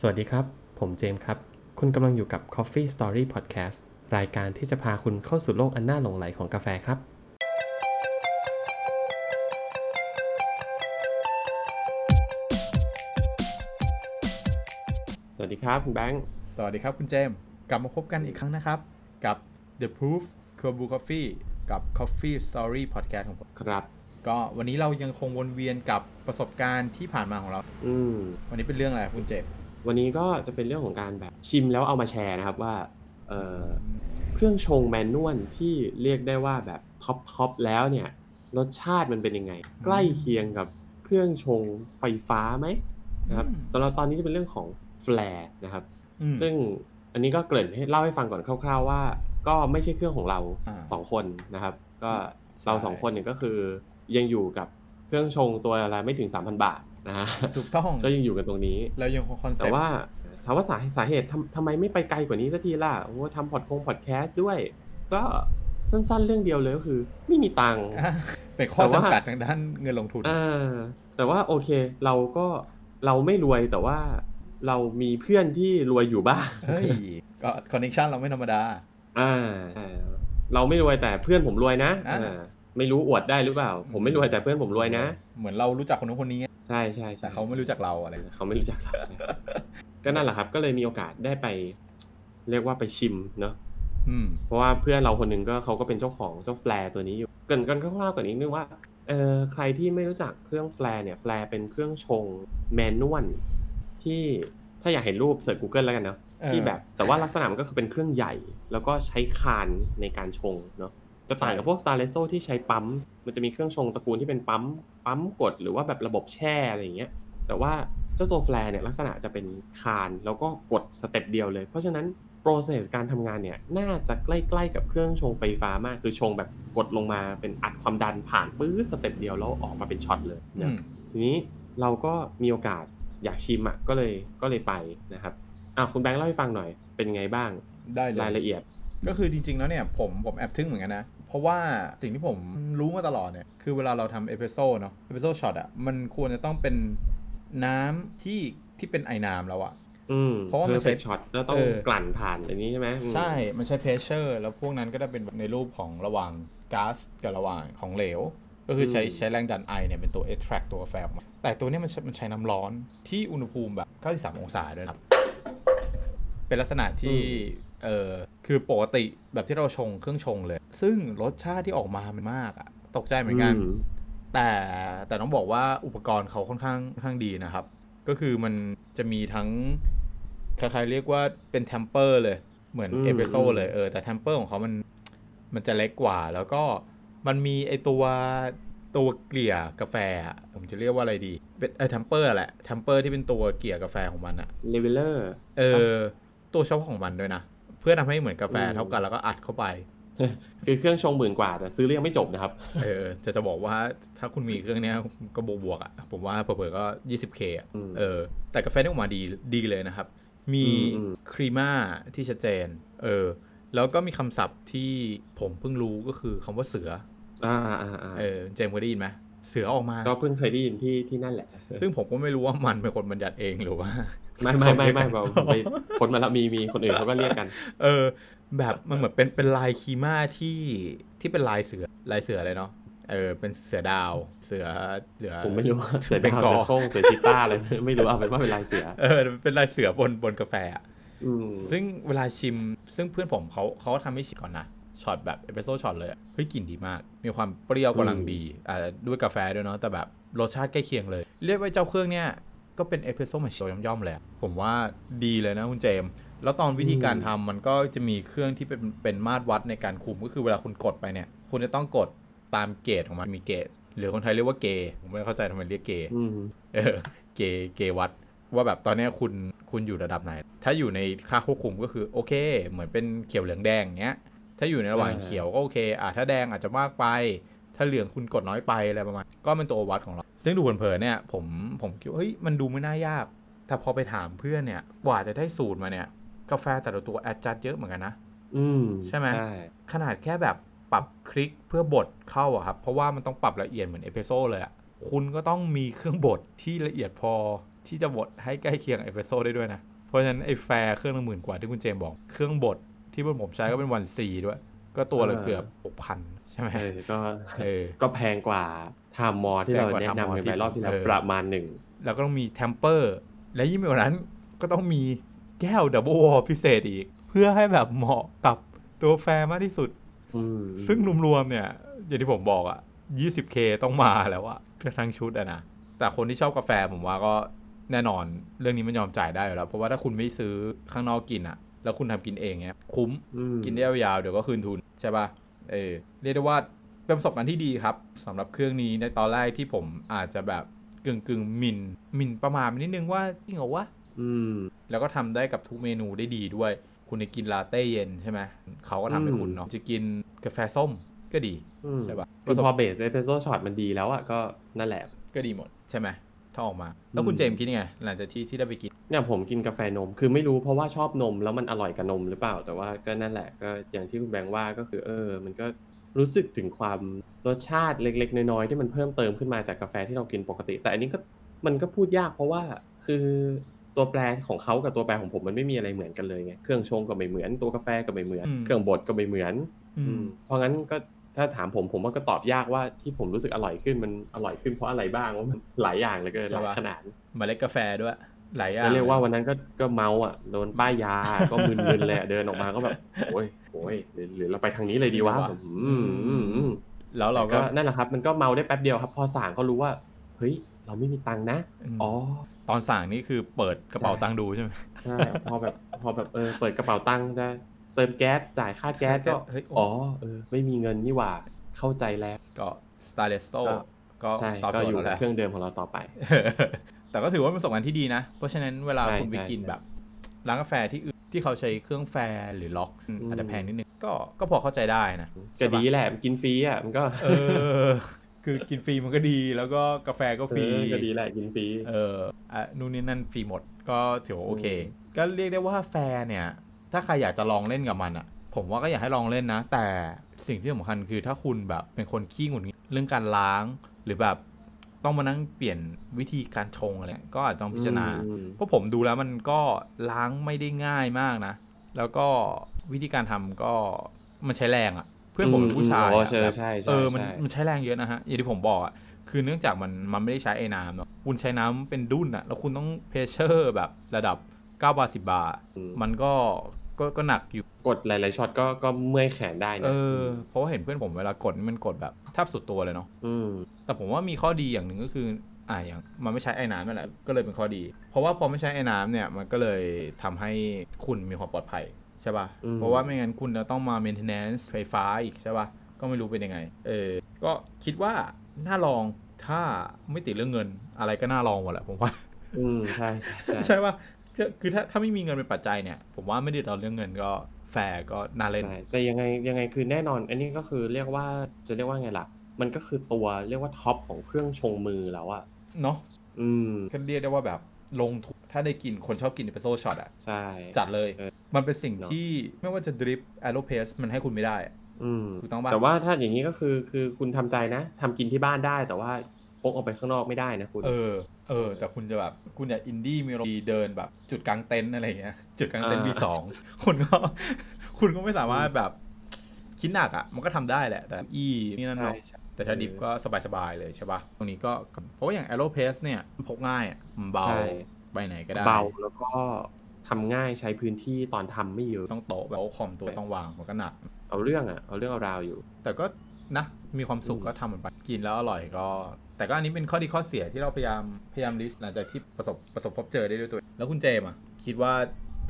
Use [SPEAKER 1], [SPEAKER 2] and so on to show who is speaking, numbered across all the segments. [SPEAKER 1] สวัสดีครับ ผมเจมส์ครับ คุณกำลังอยู่กับ Coffee Story Podcast รายการที่จะพาคุณเข้าสู่โลกอันน่าหลงไหลของกาแฟครับ สวัสดีครับ คุณแบงค์
[SPEAKER 2] สวัสดีครับคุณเจมส์กลับมาพบกันอีกครั้งนะครับ กับ The Proof c o b u Coffee กับ Coffee Story Podcast ของผม
[SPEAKER 1] ครับ
[SPEAKER 2] ก็วันนี้เรายังคงวนเวียนกับประสบการณ์ที่ผ่านมาของเรา
[SPEAKER 1] อืม
[SPEAKER 2] วันนี้เป็นเรื่องอะไรครับคุณเจมส์
[SPEAKER 1] วันนี้ก็จะเป็นเรื่องของการแบบชิมแล้วเอามาแชร์นะครับว่าเอ่อเครื่องชงแมนนวลที่เรียกได้ว่าแบบท็อปทอปแล้วเนี่ย รสชาติมันเป็นยังไง ใกล้เคียงกับเครื่องชงไฟฟ้าไหมนะครับสำหรับตอนนี้จะเป็นเรื่องของแฟลร์นะครับ
[SPEAKER 2] อืม
[SPEAKER 1] ซึ่งอันนี้ก็เกริ่นให้เล่าให้ฟังก่อนคร่าวๆว่า ก็ไม่ใช่เครื่องของเรา
[SPEAKER 2] อ่า
[SPEAKER 1] สองคนนะครับ ก็
[SPEAKER 2] ใช่
[SPEAKER 1] เราสองคนเนี่ยก็คือยังอยู่กับเครื่องชงตัวละไม่ถึง 3,000 บาทนะฮะ
[SPEAKER 2] ถูกต้อง
[SPEAKER 1] ก็ยังอยู่กันตรงนี้
[SPEAKER 2] เรายังคงคอนเซ็
[SPEAKER 1] แต่
[SPEAKER 2] ปต์
[SPEAKER 1] ว่าถามว่าสาสาเหตุทำทำไมไม่ไปไกลกว่านี้สักทีล่ะโอ้ทำพอดคงพอดแคสต์ด้วย ก็สั้นๆเรื่องเดียวเลยก็คือ ไม่มีตังค์
[SPEAKER 2] อ่ะเป็นข้อ
[SPEAKER 1] แต่ว่า
[SPEAKER 2] จำกัดทางด้านเงินลงทุน
[SPEAKER 1] อ่าแต่ว่าโอเคเราก็เราไม่รวยแต่ว่าเรามีเพื่อนที่รวยอยู่บ้าง
[SPEAKER 2] เฮ้ย ก็คอนเน t ชันเราไม่ธรรมดา
[SPEAKER 1] อ่าอ่าเราไม่รวยแต่เพื่อนผมรวยนะ
[SPEAKER 2] อ่า
[SPEAKER 1] อ่าไม่รู้อวดได้หรือเปล่า ผมไม่รวยแต่เพื่อนผมรวยนะ
[SPEAKER 2] เหมือนเรารู้จักคนนู้นคนนี้
[SPEAKER 1] ใช่ใช่ใช่
[SPEAKER 2] แต่เขาไม่รู้จักเราอะไร
[SPEAKER 1] เขาไม่รู้จักเราใช่ ก็นั่นแหละครับ ก็เลยมีโอกาสได้ไป เรียกว่าไปชิมเนาะ
[SPEAKER 2] อืม
[SPEAKER 1] เพราะว่าเพื่อนเราคนหนึ่งก็เขาก็เป็นเจ้าของเจ้าแฟลร์ตัวนี้อยู่เกรินกันคร่าวๆก่อนนิดนึงว่าเออใครที่ไม่รู้จักเครื่องแฟลร์เนี่ยแฟลร์เป็นเครื่องชงแมนนวลที่ถ้าอยากเห็นรูปเสิร์ช Google แล้วกันเนาะ
[SPEAKER 2] เออ
[SPEAKER 1] ที่แบบแต่ว่าลักษณะมันก็คือเป็นเครื่องใหญ่ แล้วก็ใช้คานในการชงเนาะจะต่างกับพวกสตาร์เลโซที่ใช้ปั๊ม มันจะมีเครื่องชงตระกูลที่เป็นปั๊มปั๊มกดหรือว่าแบบระบบแช่อะไรอย่างเงี้ย แต่ว่าเจ้าตัวแฟลร์เนี่ยลักษณะจะเป็นคานแล้วก็กดสเต็ปเดียวเลย เพราะฉะนั้นโปรเซสการทำงานเนี่ยน่าจะใกล้ๆกับเครื่องชงไฟฟ้ามาก คือชงแบบกดลงมาเป็นอัดความดันผ่านปื๊ดสเต็ปเดียวแล้วออกมาเป็นช็อตเลย
[SPEAKER 2] อื
[SPEAKER 1] นะ
[SPEAKER 2] ม
[SPEAKER 1] ทีนี้เราก็มีโอกาสอยากชิมอ่ะก็เลยก็เลยไปนะครับอ่ะคุณแบงค์เล่าให้ฟังหน่อยเป็นไงบ้าง
[SPEAKER 2] ได้เล
[SPEAKER 1] ราย
[SPEAKER 2] ย
[SPEAKER 1] ละเอียด
[SPEAKER 2] ก็คือจริง ๆ แล้วเนี่ยผมผมแอบทึ่งเหมือนกันนะ เพราะว่าสิ่งที่ผมรู้มาตลอดเนี่ย คือเวลาเราทำเอสเปรสโซ่เนาะเอสเปรสโซ่ช็อตอ่ะมันควรจะต้องเป็นน้ำที่ที่เป็นไอน้ำแล้วอ่ะ
[SPEAKER 1] อืม
[SPEAKER 2] เพราะว่ามัน
[SPEAKER 1] เพอร์เฟก
[SPEAKER 2] ใช้
[SPEAKER 1] ช็อตแล้วต้อง
[SPEAKER 2] เออ
[SPEAKER 1] กลั่นผ่านอันนี้ใช่ไหมอืม
[SPEAKER 2] ใช่ มันใช้เพรสเชอร์แล้วพวกนั้นก็จะเป็นแบบในรูปของระหว่างก๊าซกับระหว่างของเหลว ก็คือใช้ใช้แรงดันไอเนี่ยเป็นตัว extract ตัวแฟมแต่ตัวเนี้ยมันใช้มันใช้น้ำร้อนที่อุณหภูมิแบบ 93 องศาด้วยนะครับ เป็นลักษณะที่ เออคือปกติแบบที่เราชงเครื่องชงเลย ซึ่งรสชาติที่ออกมามันมากอะตกใจเหมือนกัน
[SPEAKER 1] ม
[SPEAKER 2] แต่แต่ต้องบอกว่าอุปกรณ์เขาค่อนข้างค่อนข้างดีนะครับ ก็คือมันจะมีทั้งคล้ายๆเรียกว่าเป็นแทมเปอร์เลยเหมือน
[SPEAKER 1] อืม
[SPEAKER 2] เอเปโซ
[SPEAKER 1] อืม
[SPEAKER 2] เลยเออแต่แทมเปอร์ของเขามันมันจะเล็กกว่า แล้วก็มันมีไอตัวตัวเกลี่ยกาแฟอะผมจะเรียกว่าอะไรดีเป็นเออแทมเปอร์แหละแทมเปอร์ที่เป็นตัวเกลี่ยกาแฟของมันอะ
[SPEAKER 1] เลเวลเลอร์
[SPEAKER 2] เออตัวช็อปของมันด้วยนะ เพื่อทำให้เหมือนกาแฟ
[SPEAKER 1] อืม
[SPEAKER 2] เท่ากันแล้วก็อัดเข้าไป
[SPEAKER 1] คือเครื่องชงหมื่นกว่าแต่ซื้อเรื่องไม่จบนะครับ
[SPEAKER 2] เออ จะจะบอกว่าถ้าคุณมีเครื่องเนี้ยก็บวกบวกๆอ่ะ ผมว่าเผลอๆก็ 20k อ่ะ
[SPEAKER 1] อืม
[SPEAKER 2] เออ แต่กาแฟที่ออกมาดีดีเลยนะครับ มี
[SPEAKER 1] อืมอืม
[SPEAKER 2] ครีม่าที่ชัดเจน เออ แล้วก็มีคำศัพท์ที่ผมเพิ่งรู้ก็คือคำว่าเสือ
[SPEAKER 1] อ่าอ่าอ่า
[SPEAKER 2] เออ เจมส์เคยได้ยินไหมเสือออกมา
[SPEAKER 1] ก็เพิ่งเคยได้ยินที่ที่นั่นแหละ
[SPEAKER 2] ซึ่งผมก็ไม่รู้ว่ามันเป็นคนบัญญัติเองหรือว่า
[SPEAKER 1] ไม่ไม่ไม่ไม่เราผมไปคนมาแล้วมีมีคนอื่นเขาก็เรียกกัน
[SPEAKER 2] เออแบบมันเหมือนเป็นเป็นลายคีมาที่ที่เป็นลายเสือลายเสือเลยเนาะเออเป็นเสือดาวเสือเสือ
[SPEAKER 1] ผมไม่รู้ว่าเสือ
[SPEAKER 2] เป็น
[SPEAKER 1] ดาว
[SPEAKER 2] กอ
[SPEAKER 1] เสือโค้งเสือจิต้าอะไร ไม่ไม่รู้เอาเป็นว่าเป็นลายเสือ
[SPEAKER 2] เออเป็นลายเสือบนบนกาแฟอะ
[SPEAKER 1] อืม
[SPEAKER 2] ซึ่งเวลาชิม ซึ่งเพื่อนผมเขาเขาทำให้ชิมก่อนนะช็อตแบบเอสเปรสโซ่ช็อตเลยอะเฮ้ยกลิ่นดีมาก มีความเปรี้ยวกำลังดีอ่าด้วยกาแฟด้วยเนาะแต่แบบรสชาติใกล้เคียงเลย เรียกว่าเจ้าเครื่องเนี่ยก็เป็นเอสเปรสโซ่มาชิมย่อมๆเลยอะผมว่าดีเลยนะคุณเจมส์แล้วตอนวิธีการทำมันก็จะมีเครื่องที่เป็นเป็นมาตรวัดในการคุมก็คือเวลาคุณกดไปเนี่ย คุณจะต้องกดตามเกจของมันมีเกจหรือคนไทยเรียกว่าเกย์ผมไม่เข้าใจทำไมเรียกเกย์
[SPEAKER 1] อืม
[SPEAKER 2] เออเกเกวัดว่าแบบตอนเนี้ยคุณคุณอยู่ระดับไหน ถ้าอยู่ในค่าควบคุมก็คือโอเค เหมือนเป็นเขียวเหลืองแดงอย่างเงี้ย ถ้าอยู่ในระหว่างเขียวก็โอเคอ่ะถ้าแดงอาจจะมากไป ถ้าเหลืองคุณกดน้อยไปอะไรประมาณก็เป็นตัววัดของเรา ซึ่งดูเผินๆเนี่ยผมผมคิดว่าเฮ้ยมันดูไม่น่ายาก แต่พอไปถามเพื่อนเนี่ยกว่าจะได้สูตรมาเนี่ย กาแฟแต่ละตัวแอดจัดเยอะเหมือนกันนะ
[SPEAKER 1] อืม
[SPEAKER 2] ใช่ไหม
[SPEAKER 1] ใช่
[SPEAKER 2] ขนาดแค่แบบปรับคลิกเพื่อบดเข้าอะครับ เพราะว่ามันต้องปรับละเอียดเหมือนเอสเปรสโซ่เลยอะคุณก็ต้องมีเครื่องบดที่ละเอียดพอ ที่จะบดให้ใกล้เคียงเอสเปรสโซ่ได้ด้วยนะ เพราะฉะนั้นไอ้แฟร์เครื่องละหมื่นกว่าที่คุณเจมส์บอกเครื่องบดที่พวกผมใช้ก็เป็นวันซีด้วย ก็ตัวละ
[SPEAKER 1] เออ
[SPEAKER 2] เกือบหกพันใช่ไหม
[SPEAKER 1] เออก็
[SPEAKER 2] เออ
[SPEAKER 1] ก็แพงกว่าไทม์มอที่เรา
[SPEAKER 2] แพงก
[SPEAKER 1] แนะ
[SPEAKER 2] ว่า Time
[SPEAKER 1] นำ
[SPEAKER 2] Mall
[SPEAKER 1] กันไปรอบที่แล้ว
[SPEAKER 2] เออ
[SPEAKER 1] ประมาณหนึ่ง
[SPEAKER 2] แล้วก็ต้องมีแทมเปอร์ และยิ่งไปกว่านั้นก็ต้องมีแก้วดับเบิลวอลพิเศษอีก เพื่อให้แบบเหมาะกับตัวแฟร์มากที่สุด
[SPEAKER 1] อืม
[SPEAKER 2] ซึ่งรวมๆเนี่ย อย่างที่ผมบอกอะ 20k ต้องมาแล้วอะทั้งชุดอะนะ แต่คนที่ชอบกาแฟผมว่าก็แน่นอนเรื่องนี้มันยอมจ่ายได้อยู่แล้ว เพราะว่าถ้าคุณไม่ซื้อข้างนอกกินอะแล้วคุณทำกินเองเนี่ยคุ้ม
[SPEAKER 1] อืม
[SPEAKER 2] กินได้ยาวๆเดี๋ยวก็คืนทุน ใช่ปะ่ะ เออ เรียกได้ว่าเป็นประสบการณ์ที่ดีครับสำหรับเครื่องนี้ในตอนแรกที่ผมอาจจะแบบกึ่งกึ่งๆหมินหมินประมาทไปนิดนึงว่าจริงเหรอวะ
[SPEAKER 1] อืม
[SPEAKER 2] แล้วก็ทำได้กับทุกเมนูได้ดีด้วย คุณจะกินลาเต้เย็นใช่ไหม เขาก็ทำให้
[SPEAKER 1] อืม
[SPEAKER 2] คุณเนาะ จะกินกาแฟส้มก็ดี
[SPEAKER 1] อืม
[SPEAKER 2] ใช่ปะ
[SPEAKER 1] คือ
[SPEAKER 2] ประสบ
[SPEAKER 1] พอเบสเอสเปรสโซ่ช็อตมันดีแล้วอ่ะก็นั่นแหละ
[SPEAKER 2] ก็ดีหมดใช่ไหมถ้าออกมา แล้วคุณ
[SPEAKER 1] อืม
[SPEAKER 2] เจมส์คิดยังไง หลังจากที่ที่ได้ไปกิน
[SPEAKER 1] เนี่ยผมกินกาแฟนม คือไม่รู้เพราะว่าชอบนมแล้วมันอร่อยกับนมหรือเปล่า แต่ว่าก็นั่นแหละก็อย่างที่คุณแบงค์ว่าก็คือเออ มันก็รู้สึกถึงความรสชาติเล็ก ๆ น้อยๆที่มันเพิ่มเติมขึ้นมาจากกาแฟที่เรากินปกติ แต่อันนี้ก็มันก็พูดยากเพราะว่าคือตัวแปรของเขากับตัวแปรของผมมันไม่มีอะไรเหมือนกันเลยไงเครื่องชงก็ไม่เหมือนตัวกาแฟก็ไม่เหมือน
[SPEAKER 2] อืม
[SPEAKER 1] เครื่องบดก็ไม่เหมือน
[SPEAKER 2] อืม
[SPEAKER 1] เพราะงั้นก็ถ้าถามผมผมว่าก็ตอบยากว่าที่ผมรู้สึกอร่อยขึ้นมันอร่อยขึ้นเพราะอะไรบ้างว่ามันหลายอย่างเหลือเกิน
[SPEAKER 2] ใช่
[SPEAKER 1] ห
[SPEAKER 2] ปะ
[SPEAKER 1] ลายขนาด
[SPEAKER 2] เมล็ดกาแฟด้วย หลายอย่า
[SPEAKER 1] จะ
[SPEAKER 2] ง
[SPEAKER 1] เรียกว่าวันนั้นก็ก็เมาอ่ะโดนป้ายยา ก็มึนๆ เลยอะเดินออกมาก็แบบโอ้ยโอ้ยหรือหรือเราไปทางนี้เลยดีวะแบบอืมอืมอืม
[SPEAKER 2] แล้วเรา
[SPEAKER 1] แต่
[SPEAKER 2] ก็
[SPEAKER 1] ก็นั่นแหละครับ มันก็เมาได้แป๊บเดียวครับ พอสั่งเขารู้ว่า เฮ้ย เราไม่มีตังค์นะ
[SPEAKER 2] ม
[SPEAKER 1] อ๋อ
[SPEAKER 2] ตอนสั่งนี่คือเปิดกระเป๋า
[SPEAKER 1] ใช่
[SPEAKER 2] ตังค์ดูใช่ไหม
[SPEAKER 1] ใช่พอแบบพอแบบเออเปิดกระเป๋าตังค์จะเติมแก๊สจ่ายค่าแก๊สก็
[SPEAKER 2] เฮ้ยโอ้
[SPEAKER 1] อ๋อเออ ไม่มีเงินนี่หว่าเข้าใจแล้ว
[SPEAKER 2] ก็สไตล์เลสโต
[SPEAKER 1] ก็
[SPEAKER 2] ก็
[SPEAKER 1] ใช่
[SPEAKER 2] ตอบ
[SPEAKER 1] ก็อ
[SPEAKER 2] โจทย์
[SPEAKER 1] ยู่
[SPEAKER 2] เรา
[SPEAKER 1] กั
[SPEAKER 2] แห
[SPEAKER 1] บ
[SPEAKER 2] ละ
[SPEAKER 1] เครื่องเดิมของเราต่อไป
[SPEAKER 2] แต่ก็ถือว่าเป็นประสบการณ์ที่ดีนะ เพราะฉะนั้นเวลา
[SPEAKER 1] ใช่
[SPEAKER 2] คุณไป
[SPEAKER 1] ใช่
[SPEAKER 2] กินแบบร้านกาแฟที่อื่นที่เขาใช้เครื่องแฟร์หรือล็อกซ์
[SPEAKER 1] อืม
[SPEAKER 2] อาจจะแพงนิดนึงก็ก็พอเข้าใจได้นะ
[SPEAKER 1] ก็
[SPEAKER 2] ใช่ปะ
[SPEAKER 1] ดีแหละมันกินฟรีอ่ะมันก็
[SPEAKER 2] เออ คือกินฟรีมันก็ดีแล้วก็กาแฟก็ฟรี
[SPEAKER 1] เออก็ดีแหละกินฟรี
[SPEAKER 2] เอออ่ะนู่นนี่นั่นฟรีหมดก็ถือว่าโอเค
[SPEAKER 1] อื
[SPEAKER 2] ก็เรียกได้ว่าแฟร์เนี่ย ถ้าใครอยากจะลองเล่นกับมันอ่ะ ผมว่าก็อยากให้ลองเล่นนะ แต่สิ่งที่สำคัญคือถ้าคุณแบบเป็นคนขี้หงุดหงิดเรื่องการล้าง หรือแบบต้องมานั่งเปลี่ยนวิธีการชงอะไรก็อาจจะต้องพิจารณา
[SPEAKER 1] อืม
[SPEAKER 2] เพราะผมดูแล้วมันก็ล้างไม่ได้ง่ายมากนะ แล้วก็วิธีการทำก็มันใช้แรงอะ่ะ เพื่อนผมเป็นผู้ชา
[SPEAKER 1] อื
[SPEAKER 2] ย
[SPEAKER 1] มอ๋อ
[SPEAKER 2] อะ
[SPEAKER 1] ใช่
[SPEAKER 2] แบบ
[SPEAKER 1] ใช่ใช่
[SPEAKER 2] เออมัน
[SPEAKER 1] ใช่
[SPEAKER 2] มันใช้แรงเยอะนะฮะอย่างที่ผมบอกอะ่ะคือเนื่องจากมันมันไม่ได้ใช้ไอ้น้ำเนาะคุณใช้น้ำเป็นดุ้นอะ่ะแล้วคุณต้องเพรสเชอร์แบบระดับ 9 บาร์10 บาร์มันก็ก็ก็หนักอยู่
[SPEAKER 1] กดหลาย ๆช็อตก็ก็เมื่อยแขนได้นะ
[SPEAKER 2] เออ เพราะว่าเห็นเพื่อนผมเวลากดนี่มันกดแบบแทบสุดตัวเลยเนาะ
[SPEAKER 1] ม
[SPEAKER 2] แต่ผมว่ามีข้อดีอย่างหนึ่งก็คือ อ่าอย่างมันไม่ใช้ไอ้น้ำนั่นแหละก็เลยเป็นข้อดี เพราะว่าพอไม่ใช้ไอ้น้ำเนี่ย มันก็เลยทำให้คุณมีความปลอดภัยใช่ป่ะ เพราะว่าไม่งั้นคุณจะต้องมา maintenance ไฟฟ้าอีกใช่ป่ะ ก็ไม่รู้เป็นยังไง เออ ก็คิดว่าน่าลองถ้าไม่ติดเรื่องเงินอะไรก็น่าลองหมดแหละผมว่า
[SPEAKER 1] อืมใช่ใช่ใช่
[SPEAKER 2] ใช่ป่ะจะคือถ้าถ้าไม่มีเงินเป็นปัจจัยเนี่ย ผมว่าไม่ได้เราเรื่องเงินก็แฟร์ก็น่าเล่น
[SPEAKER 1] ใช่แต่ยังไงยังไงคือแน่นอน อันนี้ก็คือเรียกว่าจะเรียกว่าไงล่ะ มันก็คือตัวเรียกว่าท็อปของเครื่องชงมือแล้วอะ
[SPEAKER 2] เนาะ
[SPEAKER 1] อืม
[SPEAKER 2] ก็เรียกได้ว่าแบบลงทุนถ้าได้กินคนชอบกินเอสเปรสโซ่ช็อตอะ
[SPEAKER 1] ใช่
[SPEAKER 2] จัดเลย มันเป็นสิ่ง
[SPEAKER 1] เนอะ
[SPEAKER 2] ที่ไม่ว่าจะดริปแอโรเพสมันให้คุณไม่ได้อะ
[SPEAKER 1] อืม
[SPEAKER 2] ถูกต้องป่ะ
[SPEAKER 1] แต่ว่าถ้าอย่างนี้ก็คือคือคุณทำใจนะทำกินที่บ้านได้ แต่ว่าพกออกไปข้างนอกไม่ได้นะคุณ
[SPEAKER 2] เออ เออ แต่คุณจะแบบ คุณอยากอินดี้มีโรดีเดินแบบ จุดกลางเต็นท์อะไรอย่างเงี้ย จุดกลางเต็นท์
[SPEAKER 1] อ่า
[SPEAKER 2] บีสองคุณก็ คุณก็ไม่สามารถแบบ คิดหนักอ่ะ มันก็ทำได้แหละ แต่อีนี่นั่น
[SPEAKER 1] ใช่
[SPEAKER 2] เนาะ
[SPEAKER 1] ใช่
[SPEAKER 2] แต่ถ้าดิฟก็สบายๆเลยใช่ป่ะ ตรงนี้ก็เพราะว่าอย่างแอโรเพสเนี่ยพกง่ายอะมันเบา
[SPEAKER 1] ใช่
[SPEAKER 2] ไปไหนก็ได้
[SPEAKER 1] เบาแล้วก็ทำง่ายใช้พื้นที่ตอนทำไม่เยอะ
[SPEAKER 2] ต้องโต๊ะแบบว่าคอมตัวต้องวางมันก็หนัก
[SPEAKER 1] เอาเรื่องอะเอาเรื่องเอาราวอยู่
[SPEAKER 2] แต่ก็นะมีความสุข
[SPEAKER 1] อืม
[SPEAKER 2] ก็ทำมันไปกินแล้วอร่อยก็ แต่ก็อันนี้เป็นข้อดีข้อเสียที่เราพยายามพยายามลิสต์หลังจากที่ประสบประสบพบเจอได้ด้วยตัวเองแล้วคุณเจมส์อ่ะ คิดว่า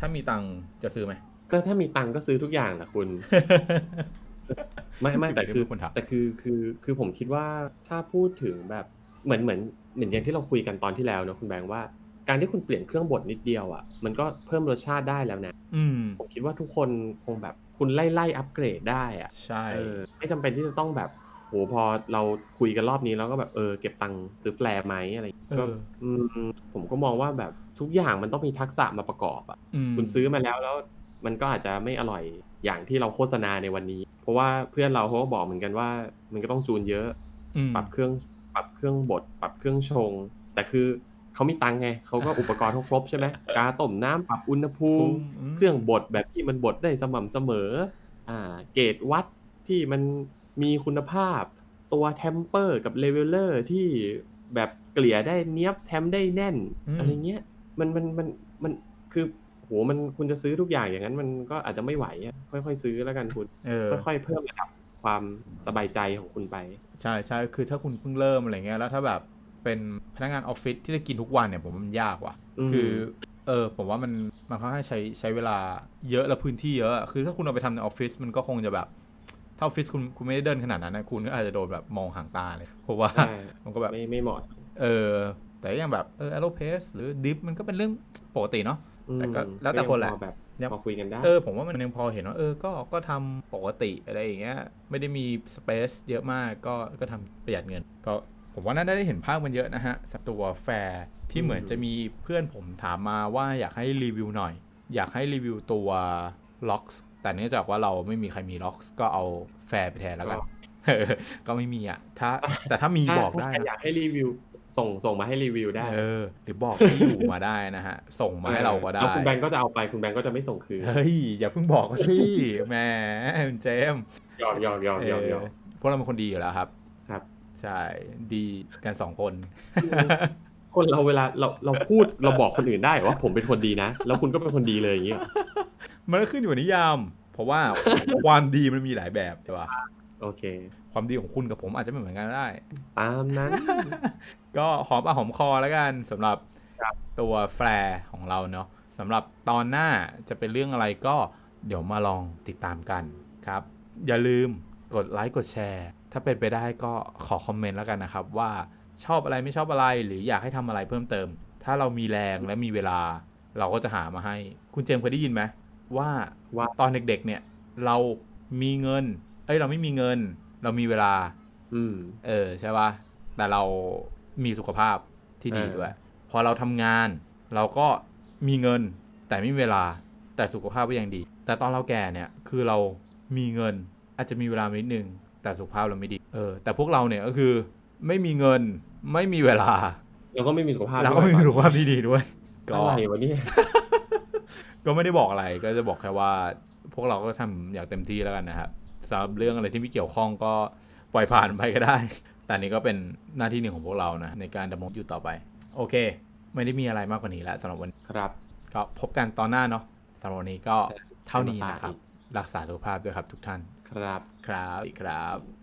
[SPEAKER 2] ถ้ามีตังค์จะซื้อไหม
[SPEAKER 1] ก็ถ้ามีตังค์ก็ซื้อทุกอย่างแหละคุณ ไม่ไม่
[SPEAKER 2] จริงๆ
[SPEAKER 1] แต่คือ
[SPEAKER 2] ไม่ควรถาม
[SPEAKER 1] แต่คือคือคือผมคิดว่าถ้าพูดถึงแบบเหมือนเหมือนเหมือนอย่างที่เราคุยกันตอนที่แล้วเนอะคุณแบงค์ว่า การที่คุณเปลี่ยนเครื่องบดนิดเดียวอะ่ะมันก็เพิ่มรสชาติได้แล้วนะ
[SPEAKER 2] อืม
[SPEAKER 1] ผมคิดว่าทุกคนคงแบบคุณไล่ไล่อัปเกรดได้อะ่ะ
[SPEAKER 2] ใช่
[SPEAKER 1] เออไม่จำเป็นที่จะต้องแบบโหพอเราคุยกันรอบนี้แล้วก็แบบเออเก็บตังค์ซื้อแฟลร์ไหมอะไรอย่างเงี้ย
[SPEAKER 2] เออ
[SPEAKER 1] อืมผมก็มองว่าแบบทุกอย่างมันต้องมีทักษะมาประกอบอะ
[SPEAKER 2] ม
[SPEAKER 1] คุณซื้อมาแล้วแล้วมันก็อาจจะไม่อร่อยอย่างที่เราโฆษณาในวันนี้ เพราะว่าเพื่อนเราเขาก็บอกเหมือนกันว่า มันก็ต้องจูนเยอะ
[SPEAKER 2] ม
[SPEAKER 1] ปรับเครื่องปรับเครื่องบดปรับเครื่องชง แต่คือ เขามีตังค์ไงเขาก็อุปกรณ์เขาครบใช่ไหมกาต้มน้ำปรับอุณหภูมิ
[SPEAKER 2] ม
[SPEAKER 1] เครื่องบดแบบที่มันบดได้สม่ำเสมอ อ่า เกรดวัดที่มันมีคุณภาพ ตัวแทมเปอร์กับเลเวลเลอร์ที่แบบเกลี่ยได้เนี้ยบแทมได้แน่น อะไรเงี้ย มันมันมันมันคือโหมันคุณจะซื้อทุกอย่างอย่างนั้น มันก็อาจจะไม่ไหวอะค่อยๆ ซื้อแล้วกันคุณ
[SPEAKER 2] เออ
[SPEAKER 1] ค่อยๆ เพิ่มระดับความสบายใจของคุณไป
[SPEAKER 2] ใช่ใช่คือถ้าคุณเพิ่งเริ่มอะไรเงี้ยแล้วถ้าแบบเป็นพนักงานออฟฟิศที่จะกินทุกวันเนี่ยผมว่ามันยากว่ะ
[SPEAKER 1] อืม
[SPEAKER 2] คือเออผมว่ามันมันค่อนข้างใช้ใช้เวลาเยอะและพื้นที่เยอะอะคือถ้าคุณเอาไปทำในออฟฟิศมันก็คงจะแบบถ้าออฟฟิศคุณคุณไม่ได้เดินขนาดนั้นนะคุณก็อาจจะโดนแบบมองห่างตาเลย เพราะว่า
[SPEAKER 1] ใช่
[SPEAKER 2] มันก็แบบ
[SPEAKER 1] ไม่ไม่เหมาะ
[SPEAKER 2] เออแต่ก็ยังแบบเออแอโรเพสหรือดิฟมันก็เป็นเรื่องปกติเนาะ
[SPEAKER 1] อืม
[SPEAKER 2] แต่ก็แล้วแต่
[SPEAKER 1] ก็ยัง
[SPEAKER 2] คนแหละ
[SPEAKER 1] พอแบบ
[SPEAKER 2] ยัง
[SPEAKER 1] พอคุยกันได้
[SPEAKER 2] เออผมว่ามันยังพอเห็นว่าเออก็ก็ทำปกติอะไรอย่างเงี้ยไม่ได้มีสเปซเยอะมากก็ก็ทำประหยัดเงิน ก็ผมว่าน่าจะได้เห็นภาพมันเยอะนะฮะสำหรับตัวแฟร์ที่
[SPEAKER 1] อืม
[SPEAKER 2] เหมือนจะมีเพื่อนผมถามมาว่าอยากให้รีวิวหน่อย อยากให้รีวิวตัวล็อกแต่เนื่องจากว่าเราไม่มีใครมีล็อกก็เอาแฟร์ไปแทนแล้วกัน เออก็ไม่มีอ่ะถ้าแต่ถ้ามี
[SPEAKER 1] ถ้า
[SPEAKER 2] บอกได้
[SPEAKER 1] ถ้าใคร
[SPEAKER 2] นะ
[SPEAKER 1] อยากให้รีวิวส่งส่งมาให้รีวิวได้
[SPEAKER 2] เออหรือบอกที่อยู่มาได้นะฮะ ส่งมาให้เราก็ได้
[SPEAKER 1] แล้วคุณแบงก์ก็จะเอาไปคุณแบงก์ก็จะไม่ส่งคืน
[SPEAKER 2] เฮ้ย อย่าเพิ่งบอกก็สิ แหมคุณเจมส์
[SPEAKER 1] หยอกหยอกหยอกหยอกหยอก
[SPEAKER 2] เออพวกเราเป็นคนดีอยู่แล้วครับ
[SPEAKER 1] ครับ
[SPEAKER 2] ใช่ดีกันสองคน
[SPEAKER 1] คนเราเวลาเราเราพูดเราบอกคนอื่นได้ว่าผมเป็นคนดีนะ แล้วคุณก็เป็นคนดีเลยอย่างเงี้ย
[SPEAKER 2] มันก็ขึ้นอยู่กับนิยาม เพราะว่า ความดีมันมีหลายแบบใช่ปะ
[SPEAKER 1] โอเค
[SPEAKER 2] ความดีของคุณกับผมอาจจะไม่เหมือนกันก็ได้
[SPEAKER 1] ตาม นั้น
[SPEAKER 2] ก็หอมปากหอมคอแล้วกันสำหรับ
[SPEAKER 1] ครับ
[SPEAKER 2] ตัวแฟร์ของเราเนาะสำหรับตอนหน้าจะเป็นเรื่องอะไรก็เดี๋ยวมาลองติดตามกันครับ อย่าลืมกดไลค์กดแชร์ ถ้าเป็นไปได้ก็ขอคอมเมนต์แล้วกันนะครับ ว่าชอบอะไรไม่ชอบอะไรหรืออยากให้ทำอะไรเพิ่มเติม ถ้าเรามีแรงและมีเวลา เราก็จะหามาให้ คุณเจมส์เคยได้ยินไหมว่า
[SPEAKER 1] ว่า
[SPEAKER 2] ตอนเด็กๆเนี่ยเรามีเงิน เอ้ยเราไม่มีเงิน เรามีเวลา
[SPEAKER 1] อืม
[SPEAKER 2] เออใช่ป่ะ แต่เรามีสุขภาพที่ดี
[SPEAKER 1] เออ
[SPEAKER 2] ด้วย พอเราทำงาน เราก็มีเงิน แต่ไม่มีเวลาแต่สุขภาพก็ยังดี แต่ตอนเราแก่เนี่ยคือเรามีเงิน อาจจะมีเวลานิดนึงแต่สุขภาพเราไม่ดีเออแต่พวกเราเนี่ยก็คือไม่มีเงินไม่มีเวลา
[SPEAKER 1] แล้วก็ไม่มีสุขภาพ
[SPEAKER 2] แล้วก็ไม่มีสุ
[SPEAKER 1] รู้
[SPEAKER 2] ขภาพที่ดีด้วยก็
[SPEAKER 1] อะไรวะเนี่ย
[SPEAKER 2] ก็ไม่ได้บอกอะไรก็จะบอกแค่ว่า พวกเราก็ทำอย่างเต็มที่แล้วกันนะครับสำหรับเรื่องอะไรที่ไม่เกี่ยวข้องก็ปล่อยผ่านไปก็ได้ แต่อันนี้ก็เป็นหน้าที่หนึ่งของพวกเรานะในการดำรงอยู่ต่อไป โอเค ไม่ได้มีอะไรมากกว่านี้แล้วสำหรับวันนี้
[SPEAKER 1] ครับ
[SPEAKER 2] ก็พบกันตอนหน้าเนาะสำหรับวันนี้ก็
[SPEAKER 1] ใช่
[SPEAKER 2] เท่านี้นะครับ รักษาสุขภาพด้วยครับทุกท่าน
[SPEAKER 1] ครับ
[SPEAKER 2] ครับสวัสดีครับ